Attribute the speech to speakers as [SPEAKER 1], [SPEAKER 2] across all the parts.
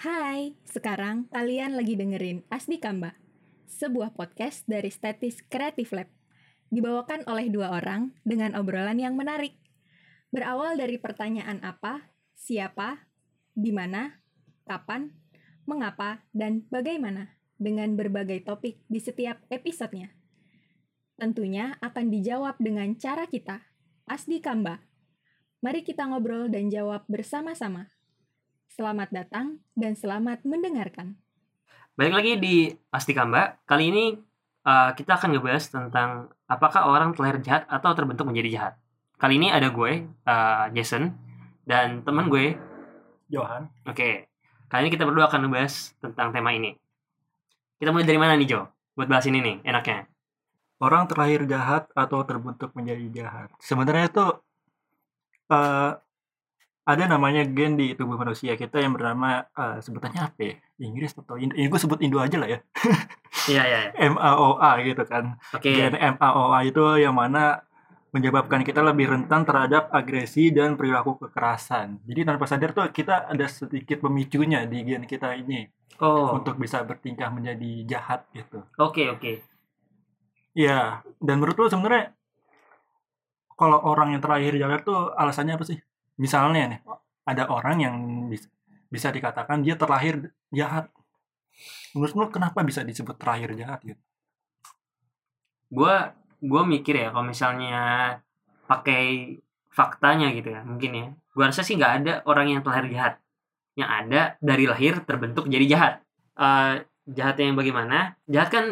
[SPEAKER 1] Hai, sekarang kalian lagi dengerin Asdi Kamba, sebuah podcast dari Statis Creative Lab. Dibawakan oleh dua orang dengan obrolan yang menarik. Berawal dari pertanyaan apa, siapa, di mana, kapan, mengapa, dan bagaimana dengan berbagai topik di setiap episodenya. Tentunya akan dijawab dengan cara kita, Asdi Kamba. Mari kita ngobrol dan jawab bersama-sama. Selamat datang dan selamat mendengarkan.
[SPEAKER 2] Balik lagi di Pasti Kamba. Kali ini uh, kita akan ngebahas tentang apakah orang terlahir jahat atau terbentuk menjadi jahat. Kali ini ada gue, uh, Jason, dan teman gue.
[SPEAKER 3] Johan.
[SPEAKER 2] Oke, kali ini kita berdua akan ngebahas tentang tema ini. Kita mulai dari mana nih, Jo? Buat bahas ini nih, enaknya.
[SPEAKER 3] Orang terlahir jahat atau terbentuk menjadi jahat. Sebenarnya itu eh, ada namanya gen di tubuh manusia kita yang bernama eh, sebutannya apa ya? Inggris atau Indo? Ini gue sebut Indo aja lah ya.
[SPEAKER 2] Iya, iya, iya.
[SPEAKER 3] MAOA gitu kan.
[SPEAKER 2] Oke.
[SPEAKER 3] Gen MAOA itu yang mana menyebabkan kita lebih rentan terhadap agresi dan perilaku kekerasan. Jadi tanpa sadar tuh kita ada sedikit pemicunya di gen kita ini
[SPEAKER 2] Oh, oke,
[SPEAKER 3] untuk bisa bertingkah menjadi jahat gitu.
[SPEAKER 2] oke.
[SPEAKER 3] Iya, dan menurut lu sebenarnya kalau orang yang terlahir jahat tuh alasannya apa sih? Misalnya nih, ada orang yang bis- bisa dikatakan dia terlahir jahat. Menurut lu kenapa bisa disebut terlahir jahat gitu?
[SPEAKER 2] gue gue mikir ya kalau misalnya pakai faktanya gitu ya mungkin ya gue rasa sih nggak ada orang yang terlahir jahat yang ada dari lahir terbentuk jadi jahat Eh jahatnya yang bagaimana jahat kan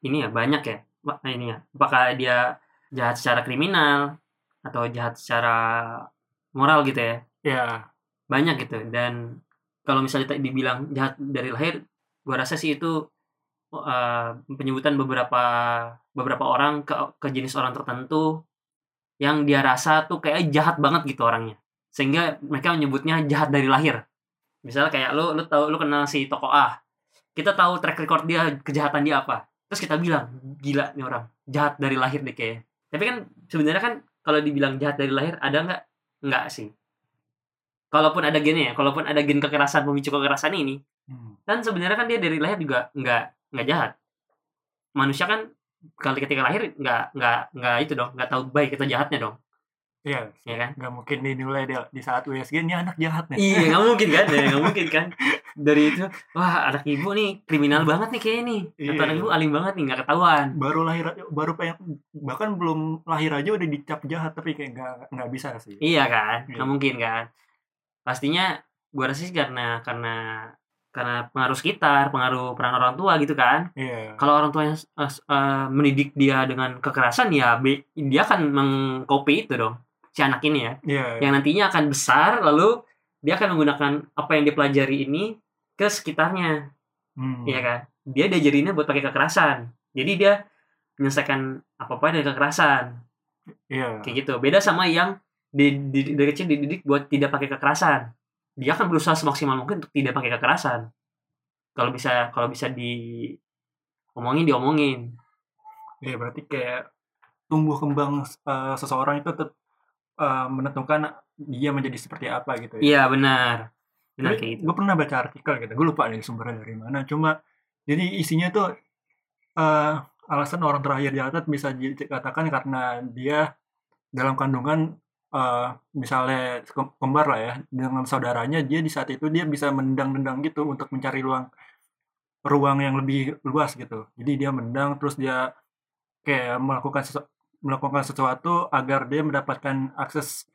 [SPEAKER 2] ini ya banyak ya Wah, ini ya apakah dia jahat secara kriminal atau jahat secara moral gitu ya
[SPEAKER 3] Ya,
[SPEAKER 2] banyak gitu dan kalau misalnya ta- dibilang jahat dari lahir gua rasa sih itu eh, penyebutan beberapa beberapa orang ke ke jenis orang tertentu yang dia rasa tuh kayak jahat banget gitu orangnya sehingga mereka menyebutnya jahat dari lahir misalnya kayak lu lu tahu lu kenal si tokoh A kita tahu track record dia kejahatan dia apa terus kita bilang gila nih orang jahat dari lahir deh kayak tapi kan sebenarnya kan kalau dibilang jahat dari lahir ada nggak nggak sih kalaupun ada gennya ya, kalaupun ada gen kekerasan pemicu kekerasan ini,
[SPEAKER 3] hmm,
[SPEAKER 2] kan sebenarnya kan dia dari lahir juga nggak nggak jahat. Manusia kan kali ketika lahir nggak nggak nggak itu dong, nggak tahu baik atau jahatnya dong,
[SPEAKER 3] ya
[SPEAKER 2] ya kan?
[SPEAKER 3] nggak mungkin dinilai di, di saat USG ini anak jahat nih.
[SPEAKER 2] Iya nggak mungkin kan, Ya, nggak mungkin kan. Dari itu, wah anak ibu nih kriminal banget nih kayaknya nih, atau
[SPEAKER 3] Iya.
[SPEAKER 2] anak ibu alim banget nih nggak ketahuan.
[SPEAKER 3] Baru lahir, baru pengen, bahkan belum lahir aja udah dicap jahat tapi kayak nggak nggak bisa sih.
[SPEAKER 2] Iya kan,
[SPEAKER 3] Iya.
[SPEAKER 2] nggak mungkin kan. Pastinya gua rasa sih karena karena karena pengaruh sekitar, pengaruh peran orang tua gitu kan.
[SPEAKER 3] Iya,
[SPEAKER 2] kalau orang tuanya eh, eh, mendidik dia dengan kekerasan ya be- dia akan mengcopy itu dong si anak ini ya
[SPEAKER 3] iya,
[SPEAKER 2] yang nantinya akan besar lalu dia akan menggunakan apa yang dipelajari ini ke sekitarnya
[SPEAKER 3] Hmm,
[SPEAKER 2] ya kan dia diajarinnya buat pakai kekerasan jadi dia menyelesaikan apa apa dari kekerasan
[SPEAKER 3] iya,
[SPEAKER 2] kayak gitu beda sama yang di, di- dari kecil dididik buat tidak pakai kekerasan dia akan berusaha semaksimal mungkin untuk tidak pakai kekerasan kalau bisa kalau bisa di omongin diomongin
[SPEAKER 3] Ya berarti kayak tumbuh kembang eh, seseorang itu tet- eh, menentukan dia menjadi seperti apa gitu ya.
[SPEAKER 2] Iya benar, benar kayak gitu.
[SPEAKER 3] Gue pernah baca artikel gitu, gue lupa nih sumbernya dari mana. Cuma jadi isinya tuh eh, alasan orang terakhir jahat bisa dikatakan karena dia dalam kandungan eh, misalnya ke- kembar lah ya dengan saudaranya dia di saat itu dia bisa mendang-dendang gitu untuk mencari ruang ruang yang lebih luas gitu. Jadi dia mendang terus dia kayak melakukan sesu- melakukan sesuatu agar dia mendapatkan akses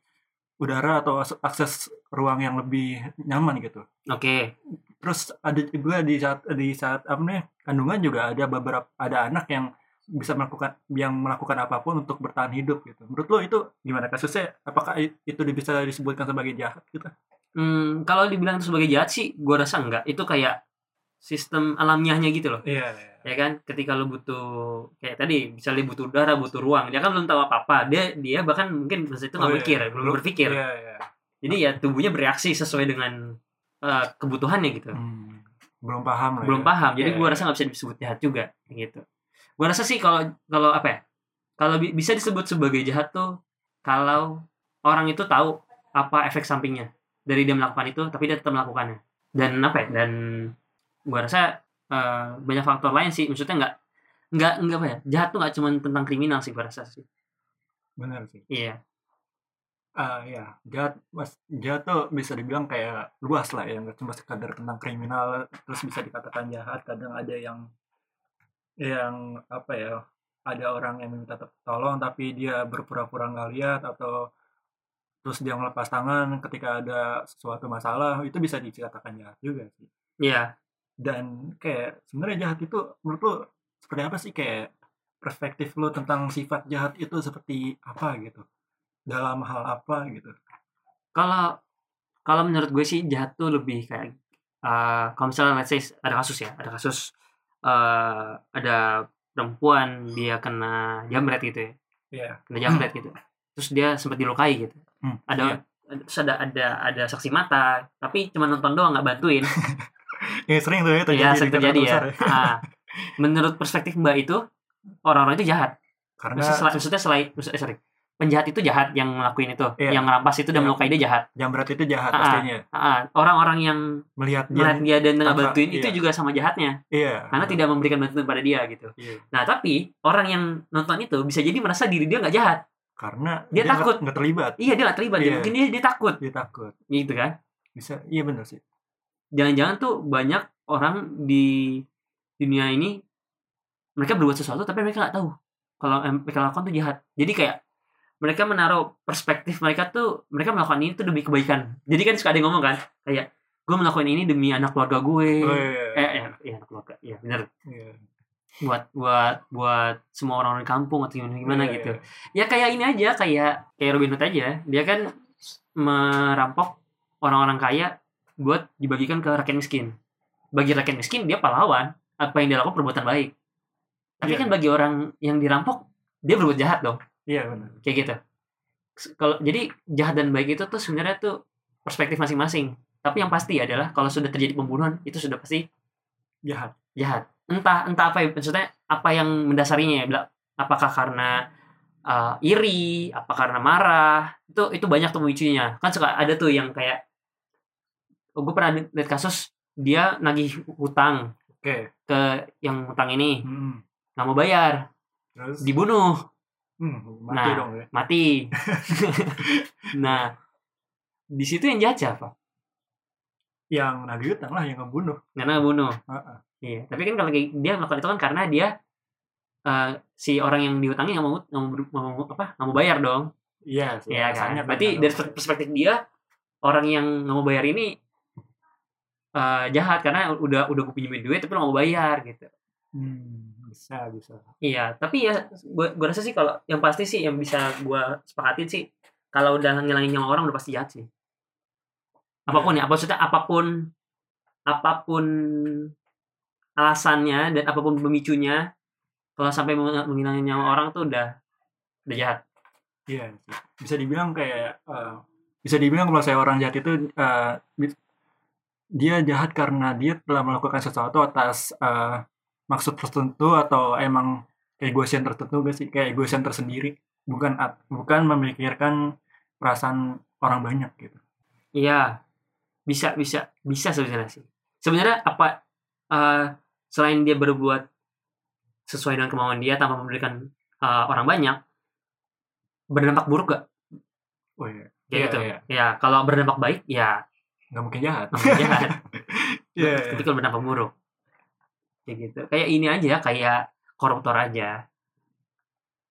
[SPEAKER 3] udara atau as- akses ruang yang lebih nyaman gitu.
[SPEAKER 2] Oke,
[SPEAKER 3] Terus ada juga di saat di saat apa namanya kandungan juga ada beberapa ada anak yang bisa melakukan yang melakukan apapun untuk bertahan hidup gitu. Menurut lo itu gimana kasusnya? Apakah i- itu bisa disebutkan sebagai jahat gitu?
[SPEAKER 2] Hmm, kalau dibilang itu sebagai jahat sih, gue rasa enggak. Itu kayak sistem alamiahnya gitu loh,
[SPEAKER 3] Iya.
[SPEAKER 2] ya kan? Ketika lo butuh kayak tadi, misalnya butuh udara, butuh ruang, dia kan belum tahu apa apa. Dia dia bahkan mungkin masa itu nggak
[SPEAKER 3] Oh, iya.
[SPEAKER 2] mikir, belum
[SPEAKER 3] Belum-
[SPEAKER 2] berpikir.
[SPEAKER 3] Iya, iya.
[SPEAKER 2] Jadi ya tubuhnya bereaksi sesuai dengan eh, kebutuhannya gitu.
[SPEAKER 3] Hmm, belum paham lah.
[SPEAKER 2] belum
[SPEAKER 3] ya.
[SPEAKER 2] paham jadi
[SPEAKER 3] Iya,
[SPEAKER 2] gua
[SPEAKER 3] iya.
[SPEAKER 2] rasa nggak bisa disebut jahat juga gitu gua rasa sih kalau kalau apa ya kalau bi- bisa disebut sebagai jahat tuh kalau orang itu tahu apa efek sampingnya dari dia melakukan itu tapi dia tetap melakukannya dan apa ya dan gua rasa eh, banyak faktor lain sih maksudnya nggak nggak nggak apa ya jahat tuh nggak cuma tentang kriminal sih gua rasa sih
[SPEAKER 3] benar sih
[SPEAKER 2] iya
[SPEAKER 3] Ah, ya jahat mas jahat tuh bisa dibilang kayak luas lah ya nggak cuma sekadar tentang kriminal terus bisa dikatakan jahat kadang ada yang yang apa ya ada orang yang minta to- tolong tapi dia berpura-pura nggak lihat atau terus dia melepas tangan ketika ada sesuatu masalah itu bisa dikatakan jahat juga sih
[SPEAKER 2] iya
[SPEAKER 3] dan kayak sebenarnya jahat itu menurut lu seperti apa sih kayak perspektif lu tentang sifat jahat itu seperti apa gitu dalam hal apa gitu
[SPEAKER 2] kalau kalau menurut gue sih jahat tuh lebih kayak eh, kalau misalnya let's say ada kasus ya ada kasus eh, ada perempuan dia kena jamret gitu ya
[SPEAKER 3] Iya.
[SPEAKER 2] kena jamret gitu terus dia sempat dilukai gitu
[SPEAKER 3] Hmm,
[SPEAKER 2] ada terus ada ada ada saksi mata tapi cuma nonton doang nggak bantuin
[SPEAKER 3] Ya sering tuh ya terjadi
[SPEAKER 2] ya
[SPEAKER 3] di
[SPEAKER 2] sering
[SPEAKER 3] kota-kota
[SPEAKER 2] terjadi ya
[SPEAKER 3] besar
[SPEAKER 2] Ah, menurut perspektif mbak itu orang-orang itu jahat
[SPEAKER 3] Karena
[SPEAKER 2] maksudnya, sel- maksudnya selain maksud- eh, sorry penjahat itu jahat yang ngelakuin itu
[SPEAKER 3] Iya.
[SPEAKER 2] yang ngerampas itu dan
[SPEAKER 3] Iya.
[SPEAKER 2] melukai dia jahat
[SPEAKER 3] jambret itu jahat
[SPEAKER 2] Ah, ah.
[SPEAKER 3] pastinya.
[SPEAKER 2] Ah, orang-orang yang
[SPEAKER 3] Melihat dia.
[SPEAKER 2] melihat Nah, dia dan nggak
[SPEAKER 3] tanpa-
[SPEAKER 2] bantuin itu
[SPEAKER 3] iya.
[SPEAKER 2] juga sama jahatnya
[SPEAKER 3] Iya.
[SPEAKER 2] karena tidak memberikan bantuan pada dia gitu
[SPEAKER 3] Iya.
[SPEAKER 2] nah tapi orang yang nonton itu bisa jadi merasa diri dia nggak jahat
[SPEAKER 3] Karena
[SPEAKER 2] Dia
[SPEAKER 3] nggak-
[SPEAKER 2] takut.
[SPEAKER 3] nggak terlibat.
[SPEAKER 2] iya dia nggak terlibat
[SPEAKER 3] Iya.
[SPEAKER 2] mungkin dia, dia takut
[SPEAKER 3] Dia takut.
[SPEAKER 2] gitu kan
[SPEAKER 3] Bisa. Iya benar sih.
[SPEAKER 2] jangan-jangan tuh banyak orang di dunia ini mereka berbuat sesuatu tapi mereka nggak tahu kalau yang mereka lakukan tuh jahat jadi kayak mereka menaruh perspektif mereka tuh mereka melakukan ini tuh demi kebaikan jadi kan suka ada yang ngomong kan kayak gue melakukan ini demi anak keluarga gue
[SPEAKER 3] Oh, iya.
[SPEAKER 2] eh, eh iya, anak keluarga iya bener
[SPEAKER 3] Iya.
[SPEAKER 2] buat buat buat semua orang-orang di kampung atau gimana gimana
[SPEAKER 3] Iya,
[SPEAKER 2] gitu
[SPEAKER 3] iya.
[SPEAKER 2] ya kayak ini aja kayak kayak Robin Hood aja dia kan merampok orang-orang kaya buat dibagikan ke rakyat miskin bagi rakyat miskin dia pahlawan apa yang dia lakukan perbuatan baik tapi
[SPEAKER 3] Iya.
[SPEAKER 2] kan bagi orang yang dirampok dia berbuat jahat dong
[SPEAKER 3] Iya benar.
[SPEAKER 2] kayak gitu S- kalau jadi jahat dan baik itu tuh sebenarnya tuh perspektif masing-masing tapi yang pasti adalah kalau sudah terjadi pembunuhan itu sudah pasti
[SPEAKER 3] Jahat.
[SPEAKER 2] jahat entah entah apa ya maksudnya apa yang mendasarinya ya Bila- apakah karena uh, iri apa karena marah itu itu banyak tuh pemicunya kan suka ada tuh yang kayak oh, gue pernah li- lihat kasus dia nagih hutang
[SPEAKER 3] Oke.
[SPEAKER 2] ke yang hutang ini
[SPEAKER 3] Hmm.
[SPEAKER 2] nggak mau bayar
[SPEAKER 3] Terus
[SPEAKER 2] dibunuh
[SPEAKER 3] hmm, mati
[SPEAKER 2] Nah.
[SPEAKER 3] dong ya.
[SPEAKER 2] mati nah di situ yang jahat siapa
[SPEAKER 3] Yang nagih utang lah yang ngebunuh.
[SPEAKER 2] karena bunuh
[SPEAKER 3] Ah, ah.
[SPEAKER 2] Iya, tapi kan kalau kayak dia melakukan itu kan karena dia eh, si orang yang diutangi nggak mau nggak mau, ber- nggak mau apa nggak mau bayar dong,
[SPEAKER 3] Iya. sih,
[SPEAKER 2] Iya
[SPEAKER 3] rasanya
[SPEAKER 2] kan? Berarti
[SPEAKER 3] kadang-
[SPEAKER 2] dari pers- perspektif dia orang yang nggak mau bayar ini eh, jahat karena udah udah gue pinjemin duit tapi lo nggak mau bayar gitu.
[SPEAKER 3] Hmm, bisa bisa.
[SPEAKER 2] Iya, tapi ya gua, gua rasa sih kalau yang pasti sih yang bisa gua sepakatin sih kalau udah ngilangin nyawa orang udah pasti jahat sih. Apapun ya, apa maksudnya apapun apapun alasannya dan apapun pemicunya kalau sampai meng- menghilangin nyawa orang tuh udah udah jahat.
[SPEAKER 3] Iya, sih. bisa dibilang kayak eh, bisa dibilang kalau saya orang jahat itu eh, bi- dia jahat karena dia telah melakukan sesuatu atas eh, maksud tertentu atau emang egoisian tertentu gak sih kayak egoisian tersendiri bukan at- bukan memikirkan perasaan orang banyak gitu.
[SPEAKER 2] Iya. Bisa bisa bisa sebenarnya sih. Sebenarnya apa eh, selain dia berbuat sesuai dengan kemauan dia tanpa memberikan eh, orang banyak berdampak buruk gak?
[SPEAKER 3] Oh iya,
[SPEAKER 2] kayak
[SPEAKER 3] Iya,
[SPEAKER 2] gitu.
[SPEAKER 3] iya.
[SPEAKER 2] Ya, kalau berdampak baik ya
[SPEAKER 3] nggak mungkin jahat.
[SPEAKER 2] namanya jahat,
[SPEAKER 3] Iya, iya.
[SPEAKER 2] tapi kalau berdampak buruk kayak gitu. Kayak ini aja kayak koruptor aja,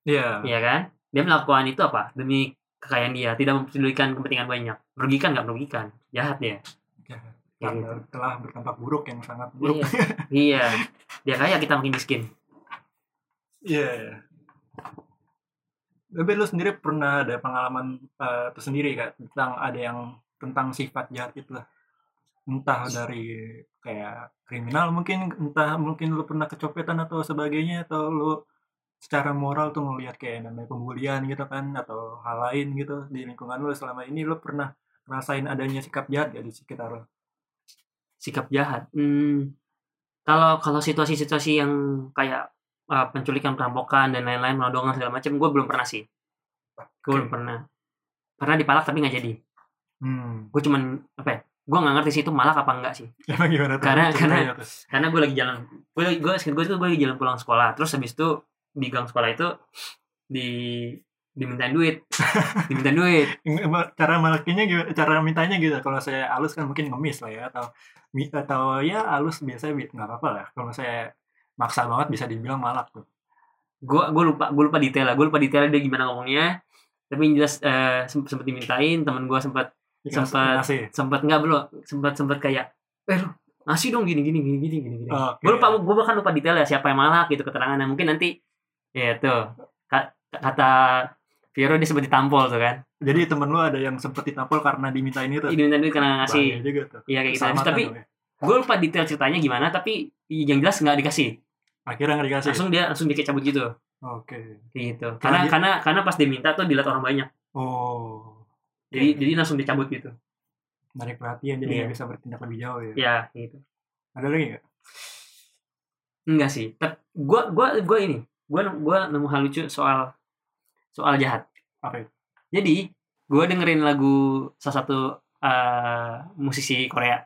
[SPEAKER 3] Iya,
[SPEAKER 2] ya kan? Dia melakukan itu apa? Demi kekayaan dia, tidak mempedulikan kepentingan banyak. Merugikan nggak merugikan? Jahat dia.
[SPEAKER 3] Jahat.
[SPEAKER 2] Kayak
[SPEAKER 3] karena
[SPEAKER 2] gitu.
[SPEAKER 3] telah berdampak buruk yang sangat buruk.
[SPEAKER 2] Iya. iya. Dia kaya kita makin miskin.
[SPEAKER 3] Iya. iya. Tapi lu sendiri pernah ada pengalaman eh, tersendiri kak tentang ada yang tentang sifat jahat itu lah. Entah dari kayak kriminal mungkin, entah mungkin lu pernah kecopetan atau sebagainya atau lu secara moral tuh ngelihat kayak namanya pembulian gitu kan atau hal lain gitu di lingkungan lu selama ini lu pernah rasain adanya sikap jahat gak di sekitar lu?
[SPEAKER 2] Sikap jahat. Hmm, kalau kalau situasi-situasi yang kayak eh, penculikan, perampokan dan lain-lain, melodongan segala macam, gue belum pernah sih. Gue belum
[SPEAKER 3] Oke.
[SPEAKER 2] pernah. Pernah dipalak tapi nggak jadi.
[SPEAKER 3] Hmm.
[SPEAKER 2] gue cuman apa ya gue nggak ngerti sih itu malak apa enggak sih
[SPEAKER 3] Emang gimana tuh?
[SPEAKER 2] Karena-
[SPEAKER 3] Ceritanya
[SPEAKER 2] karena-
[SPEAKER 3] tuh.
[SPEAKER 2] karena gue lagi jalan gue gue gue tuh gue lagi jalan pulang sekolah terus habis itu di gang sekolah itu di dimintain duit dimintain duit
[SPEAKER 3] Nggak, emang cara malakinya gimana? Cara mintanya gitu. Kalau saya halus kan mungkin ngemis lah ya atau mi- atau ya halus biasa bi- nggak apa-apa lah. Kalau saya maksa banget bisa dibilang malak tuh.
[SPEAKER 2] gue gue lupa gue lupa detail lah gue lupa detail dia gimana ngomongnya tapi yang jelas eh, sem- sempet dimintain teman gue sempat
[SPEAKER 3] Dikasih-
[SPEAKER 2] Sempat-
[SPEAKER 3] dikasih.
[SPEAKER 2] sempat nggak belum sempat sempat kayak eh lu ngasih dong gini gini gini gini gini gini
[SPEAKER 3] Oke.
[SPEAKER 2] gue Iya. lupa gue bahkan lupa detail ya siapa yang malah gitu keterangannya mungkin nanti ya tuh ka- kata Viro dia sempat ditampol tuh kan
[SPEAKER 3] Jadi temen lu ada yang sempet ditampol karena dimintain itu.
[SPEAKER 2] Ih, dimintain duit karena ngasih
[SPEAKER 3] Bahaya juga tuh.
[SPEAKER 2] iya kayak gitu Habis-
[SPEAKER 3] Keselamatan
[SPEAKER 2] tapi
[SPEAKER 3] dong ya.
[SPEAKER 2] gue lupa detail ceritanya gimana tapi yang jelas nggak dikasih
[SPEAKER 3] akhirnya nggak dikasih.
[SPEAKER 2] langsung dia langsung dia kayak cabut gitu
[SPEAKER 3] Oke.
[SPEAKER 2] kayak gitu
[SPEAKER 3] Karena
[SPEAKER 2] karena
[SPEAKER 3] dia-
[SPEAKER 2] karena karena pas diminta tuh dilihat orang banyak
[SPEAKER 3] Oh.
[SPEAKER 2] jadi jadi langsung dicabut gitu
[SPEAKER 3] menarik perhatian jadi
[SPEAKER 2] Iya.
[SPEAKER 3] nggak bisa bertindak lebih jauh ya.
[SPEAKER 2] ya gitu
[SPEAKER 3] Ada lagi nggak?
[SPEAKER 2] enggak sih tapi gue gua gua ini gue gua nemu hal lucu soal soal jahat
[SPEAKER 3] Apa itu?
[SPEAKER 2] Jadi gue dengerin lagu salah satu eh, musisi Korea,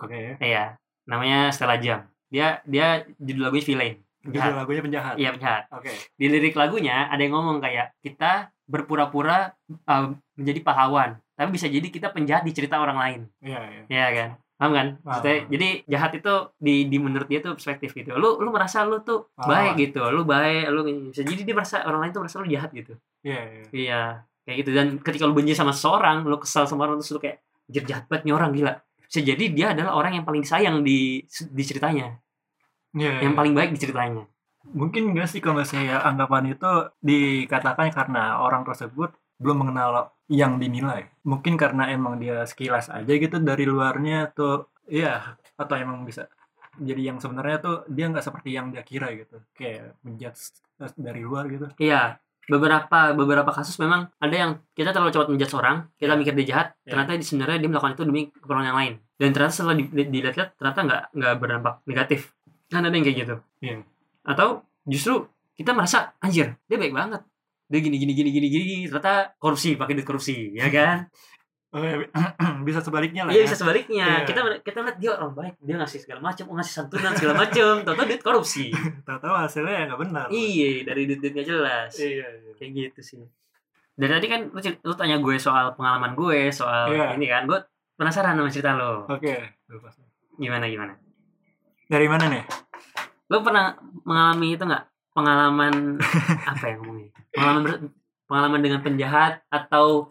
[SPEAKER 3] Oke. ya.
[SPEAKER 2] ya namanya Stella Jam. Dia dia judul lagunya Villain.
[SPEAKER 3] Judul lagunya penjahat.
[SPEAKER 2] Iya penjahat.
[SPEAKER 3] Oke.
[SPEAKER 2] Di lirik lagunya ada yang ngomong kayak kita berpura-pura eh, menjadi pahlawan, tapi bisa jadi kita penjahat di cerita orang lain.
[SPEAKER 3] Iya iya.
[SPEAKER 2] Iya kan? Paham kan? Maksudnya,
[SPEAKER 3] Paham.
[SPEAKER 2] jadi jahat itu di, di menurut dia tuh perspektif gitu. Lu lu merasa lu tuh
[SPEAKER 3] Pahlawan.
[SPEAKER 2] baik gitu, lu baik, lu bisa jadi dia merasa orang lain tuh merasa lu jahat gitu.
[SPEAKER 3] Iya iya.
[SPEAKER 2] Iya, kayak gitu. Dan ketika lu benci sama seseorang, lu kesal sama orang terus lu kayak "Anjir, jahat banget nih orang gila. Bisa jadi dia adalah orang yang paling disayang di di ceritanya,
[SPEAKER 3] Iya, iya.
[SPEAKER 2] yang paling baik di ceritanya.
[SPEAKER 3] Mungkin nggak sih kalau saya anggapan itu dikatakan karena orang tersebut belum mengenal yang dinilai. Mungkin karena emang dia sekilas aja gitu dari luarnya tuh, iya atau emang bisa. Jadi yang sebenarnya tuh dia nggak seperti yang dia kira gitu, kayak menjudge dari luar gitu.
[SPEAKER 2] Iya, beberapa beberapa kasus memang ada yang kita terlalu cepat menjudge orang, kita mikir dia jahat,
[SPEAKER 3] Iya.
[SPEAKER 2] ternyata di- sebenarnya dia melakukan itu demi keperluan yang lain. Dan ternyata setelah di- di- dilihat-lihat ternyata nggak nggak berdampak negatif. Kan ada yang kayak gitu.
[SPEAKER 3] Iya.
[SPEAKER 2] Atau justru kita merasa anjir, dia baik banget. Dia gini gini gini gini gini ternyata korupsi, pakai duit korupsi, ya kan?
[SPEAKER 3] Oke, Oh, iya, bisa sebaliknya lah
[SPEAKER 2] Iya
[SPEAKER 3] ya.
[SPEAKER 2] bisa sebaliknya.
[SPEAKER 3] Iya.
[SPEAKER 2] Kita kita lihat dia orang baik, dia ngasih segala macam, oh, ngasih santunan segala macam, tahu duit korupsi.
[SPEAKER 3] Tahu-tahu hasilnya ya nggak benar.
[SPEAKER 2] iya, dari duit duit nggak jelas.
[SPEAKER 3] Iya, iya.
[SPEAKER 2] Kayak gitu sih. Dari tadi kan lu, cer- lu tanya gue soal pengalaman gue, soal
[SPEAKER 3] Iya.
[SPEAKER 2] ini kan, gue penasaran sama cerita lo.
[SPEAKER 3] Oke, lepas.
[SPEAKER 2] Gimana gimana?
[SPEAKER 3] Dari mana nih?
[SPEAKER 2] Lo pernah mengalami itu nggak? Pengalaman apa ya ngomongnya? Pengalaman ber- pengalaman dengan penjahat atau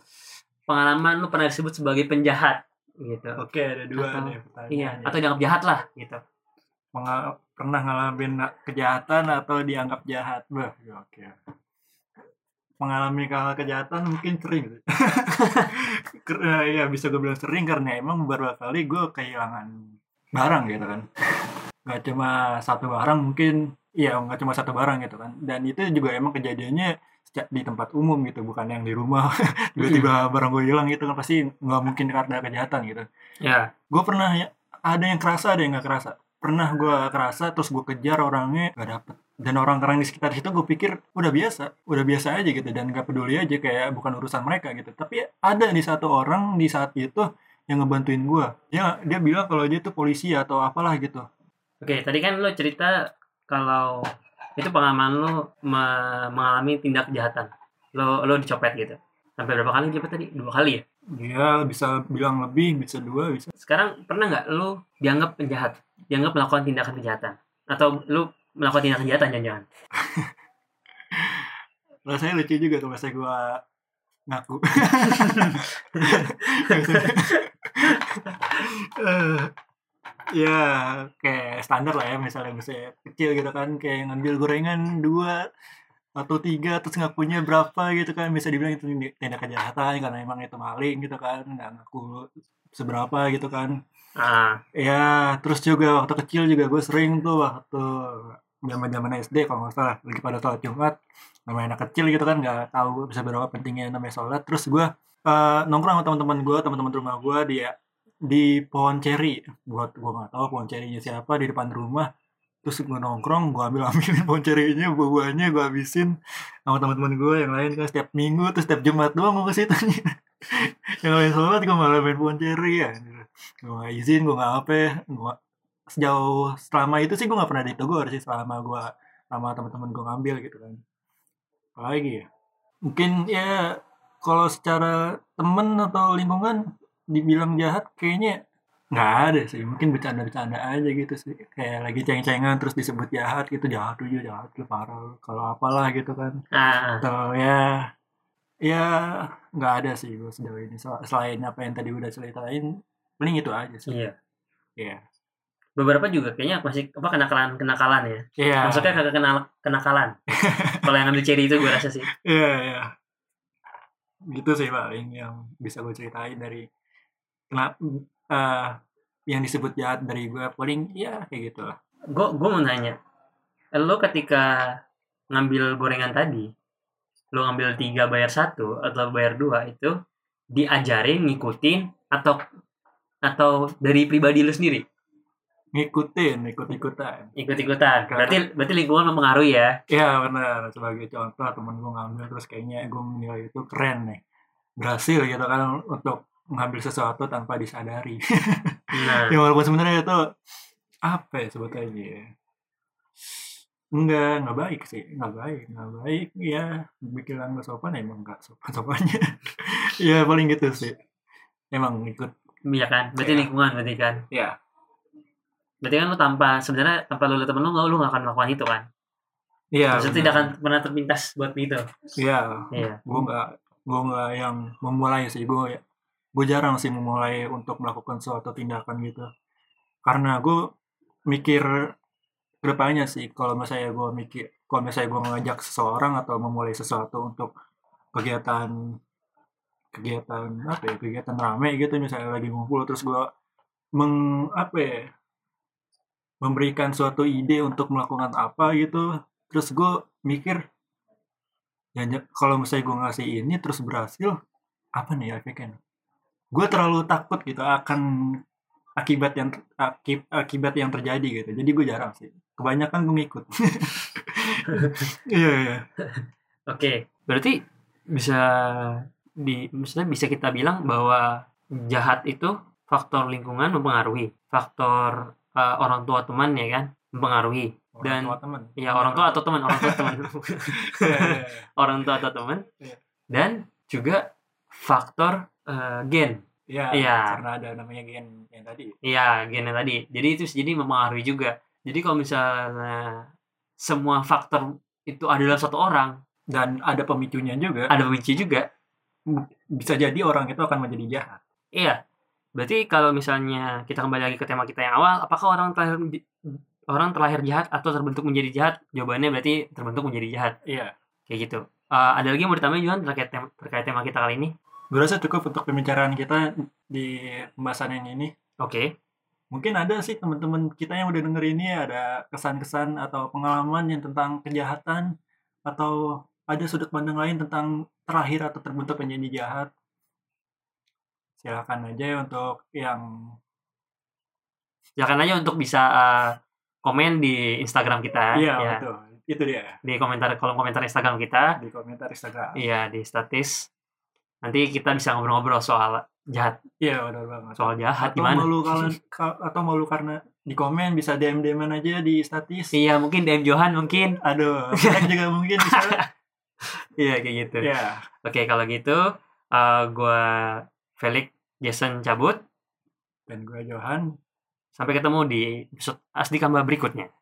[SPEAKER 2] pengalaman lu pernah disebut sebagai penjahat gitu.
[SPEAKER 3] Oke, ada dua
[SPEAKER 2] Atau-
[SPEAKER 3] nih pertanyaannya.
[SPEAKER 2] Iya, atau dianggap jahat lah gitu.
[SPEAKER 3] Menga- pernah ngalamin na- kejahatan atau dianggap jahat. Bah, oke. Mengalami hal kejahatan mungkin sering sih. Ker- eh, ya bisa gue bilang sering karena emang beberapa kali gue kehilangan barang gitu kan. Gak cuma satu barang mungkin, iya nggak cuma satu barang gitu kan. Dan itu juga emang kejadiannya seca- di tempat umum gitu, bukan yang di rumah. Tiba-tiba barang gue hilang gitu kan pasti nggak mungkin karena kejahatan gitu
[SPEAKER 2] Ya.
[SPEAKER 3] gue pernah ya, ada yang kerasa ada yang nggak kerasa pernah gue kerasa terus gue kejar orangnya nggak dapet dan orang-orang di sekitar situ gue pikir udah biasa udah biasa aja gitu dan nggak peduli aja kayak bukan urusan mereka gitu tapi ada di satu orang di saat itu yang ngebantuin gue dia dia bilang kalau dia tuh polisi atau apalah gitu
[SPEAKER 2] Oke, tadi kan lo cerita kalau itu pengalaman lo me- mengalami tindak kejahatan. Lo lo dicopet gitu. Sampai berapa kali dicopet tadi? Dua kali ya.
[SPEAKER 3] dia bisa bilang lebih bisa dua bisa
[SPEAKER 2] Sekarang pernah nggak lo dianggap penjahat? Dianggap melakukan tindakan kejahatan? Atau lo melakukan tindakan kejahatan jangan-jangan?
[SPEAKER 3] rasanya lucu juga tuh masa gue ngaku Eh, ya kayak standar lah ya misalnya misalnya kecil gitu kan kayak ngambil gorengan dua atau tiga terus ngakunya berapa gitu kan bisa dibilang itu tindak tindak kejahatan karena emang itu maling gitu kan nggak ngaku seberapa gitu kan
[SPEAKER 2] Ah,
[SPEAKER 3] ya terus juga waktu kecil juga gue sering tuh waktu zaman zaman SD kalau nggak salah lagi pada sholat Jumat namanya anak kecil gitu kan nggak tahu seberapa pentingnya namanya sholat terus gue eh, nongkrong sama teman-teman gue teman-teman rumah gue di di pohon ceri buat gue nggak tahu pohon cerinya siapa di depan rumah terus gue nongkrong gue ambil ambilin pohon cerinya buah-buahnya gue habisin sama teman-teman gue yang lain kan setiap minggu terus setiap Jumat doang gue ke situ yang lain sholat gue malah main pohon ceri ya gue nggak izin gue nggak apa gue sejauh selama itu sih gue nggak pernah ditegur sih selama gue sama teman-teman gue ngambil gitu kan apalagi ya mungkin ya kalau secara temen atau lingkungan dibilang jahat kayaknya nggak ada sih mungkin bercanda-bercanda aja gitu sih kayak lagi ceng-cengan terus disebut jahat gitu jahat tuh jahat lu parah lu. kalau apalah gitu kan
[SPEAKER 2] Ah,
[SPEAKER 3] atau ya ya nggak ada sih gue sejauh ini Sel- selain apa yang tadi udah ceritain paling itu aja sih
[SPEAKER 2] iya.
[SPEAKER 3] Iya.
[SPEAKER 2] Beberapa juga kayaknya masih apa kenakalan kenakalan ya.
[SPEAKER 3] Iya.
[SPEAKER 2] Maksudnya kagak kenal kenakalan. Kalau yang ambil ciri itu gue rasa sih.
[SPEAKER 3] Iya, iya. Gitu sih paling yang bisa gue ceritain dari kena, eh, yang disebut jahat dari gue paling ya kayak gitu lah.
[SPEAKER 2] Gue gue mau nanya, lo ketika ngambil gorengan tadi, lo ngambil tiga bayar satu atau bayar dua itu diajarin ngikutin atau atau dari pribadi lu sendiri
[SPEAKER 3] Ngikutin, ikut-ikutan.
[SPEAKER 2] ikut-ikutan. Berarti berarti lingkungan mempengaruhi ya.
[SPEAKER 3] Iya benar, sebagai contoh temen gue ngambil terus kayaknya gue menilai itu keren nih. Berhasil gitu kan untuk ngambil sesuatu tanpa disadari.
[SPEAKER 2] Nah,
[SPEAKER 3] ya walaupun sebenarnya itu apa ya sebetulnya ya? Enggak, enggak baik sih. Enggak baik, enggak baik. Ya, bilang enggak sopan emang enggak sopan-sopannya. ya, paling gitu sih. Emang ikut.
[SPEAKER 2] iya kan? Berarti
[SPEAKER 3] Iya.
[SPEAKER 2] lingkungan berarti kan.
[SPEAKER 3] Ya.
[SPEAKER 2] Berarti kan lu tanpa sebenarnya tanpa lu liat temen lu nggak lu nggak akan melakukan itu kan?
[SPEAKER 3] Iya.
[SPEAKER 2] Maksudnya
[SPEAKER 3] benar.
[SPEAKER 2] tidak akan pernah terpintas buat itu.
[SPEAKER 3] Iya,
[SPEAKER 2] Iya.
[SPEAKER 3] gue enggak gue enggak yang memulai sih. Gue ya, gue jarang sih memulai untuk melakukan suatu tindakan gitu. Karena gue mikir kedepannya sih kalau misalnya gue mikir kalau misalnya gue ngajak seseorang atau memulai sesuatu untuk kegiatan kegiatan apa ya kegiatan rame gitu misalnya lagi ngumpul terus gue meng apa ya memberikan suatu ide untuk melakukan apa gitu terus gue mikir ya ny- kalau misalnya gue ngasih ini terus berhasil apa nih efeknya nih? gue terlalu takut gitu akan akibat yang akib- akibat yang terjadi gitu jadi gue jarang sih kebanyakan gue ngikut iya iya
[SPEAKER 2] Oke. Berarti bisa di maksudnya bisa kita bilang bahwa jahat itu faktor lingkungan mempengaruhi, faktor eh, orang tua teman ya kan mempengaruhi.
[SPEAKER 3] Orang
[SPEAKER 2] Dan-
[SPEAKER 3] tua temen
[SPEAKER 2] Ya orang tua atau teman, orang tua teman.
[SPEAKER 3] Iya, iya, iya.
[SPEAKER 2] orang tua atau teman
[SPEAKER 3] Iya.
[SPEAKER 2] dan juga faktor eh, gen
[SPEAKER 3] Iya,
[SPEAKER 2] Iya.
[SPEAKER 3] karena ada namanya gen yang tadi
[SPEAKER 2] ya gen yang tadi jadi itu jadi mempengaruhi juga jadi kalau misalnya semua faktor itu adalah satu orang
[SPEAKER 3] dan ada pemicunya juga
[SPEAKER 2] ada pemicu juga
[SPEAKER 3] bisa jadi orang itu akan menjadi jahat
[SPEAKER 2] iya berarti kalau misalnya kita kembali lagi ke tema kita yang awal apakah orang terlahir orang terlahir jahat atau terbentuk menjadi jahat jawabannya berarti terbentuk menjadi jahat
[SPEAKER 3] iya
[SPEAKER 2] kayak gitu Eh, ada lagi yang mau ditambahin Juan terkait tema, terkait tema kita kali ini
[SPEAKER 3] gue rasa cukup untuk pembicaraan kita di pembahasan yang ini
[SPEAKER 2] oke
[SPEAKER 3] Mungkin ada sih teman-teman kita yang udah denger ini ya, ada kesan-kesan atau pengalaman yang tentang kejahatan atau ada sudut pandang lain tentang terakhir atau terbentuk menjadi jahat. Silakan aja ya untuk yang
[SPEAKER 2] silakan aja untuk bisa eh, komen di Instagram kita
[SPEAKER 3] iya
[SPEAKER 2] ya.
[SPEAKER 3] betul. Itu dia
[SPEAKER 2] di komentar kolom komentar Instagram kita
[SPEAKER 3] di komentar Instagram.
[SPEAKER 2] iya di statis nanti kita bisa ngobrol-ngobrol soal jahat
[SPEAKER 3] Iya benar banget.
[SPEAKER 2] soal jahat
[SPEAKER 3] atau
[SPEAKER 2] gimana
[SPEAKER 3] mau lu kalian ka- atau mau lu karena di komen bisa DM DM aja di statis.
[SPEAKER 2] iya mungkin DM Johan mungkin
[SPEAKER 3] Aduh, Black juga mungkin bisa.
[SPEAKER 2] iya kayak gitu
[SPEAKER 3] Iya.
[SPEAKER 2] oke kalau gitu eh, gua Felix Jason cabut
[SPEAKER 3] Dan gue Johan.
[SPEAKER 2] sampai ketemu di episode Asdi Kamba berikutnya